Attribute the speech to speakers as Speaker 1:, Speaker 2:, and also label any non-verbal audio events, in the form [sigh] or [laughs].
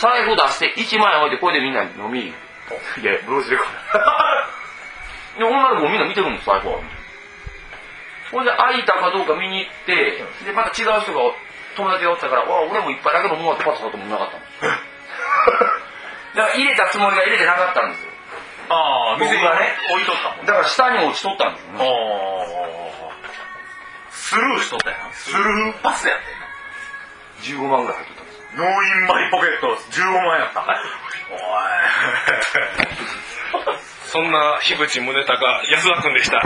Speaker 1: 財布出して1万円置いてこれでみんなに飲み言うてで
Speaker 2: ブローチで買う。
Speaker 1: で女の子もみんな見てるんです財布はほんで開いたかどうか見に行ってでまた違う人が友達がおったからわあ俺もいっぱいだけどもうってパスしたこともなかったのだから入れたつもりが入れてなかったんですよ
Speaker 2: ああ、店
Speaker 1: 僕
Speaker 2: に
Speaker 1: がね
Speaker 2: 置いとったもん
Speaker 1: だから下に落ちとったんですよね
Speaker 2: ああ。スルーしとったやん。スルーパスやって
Speaker 1: 15万ぐらい入っとったんですよ
Speaker 2: ん。ノーインマイポケット15万円やった。おい。 [laughs]
Speaker 3: そんな樋口宗隆安田君でした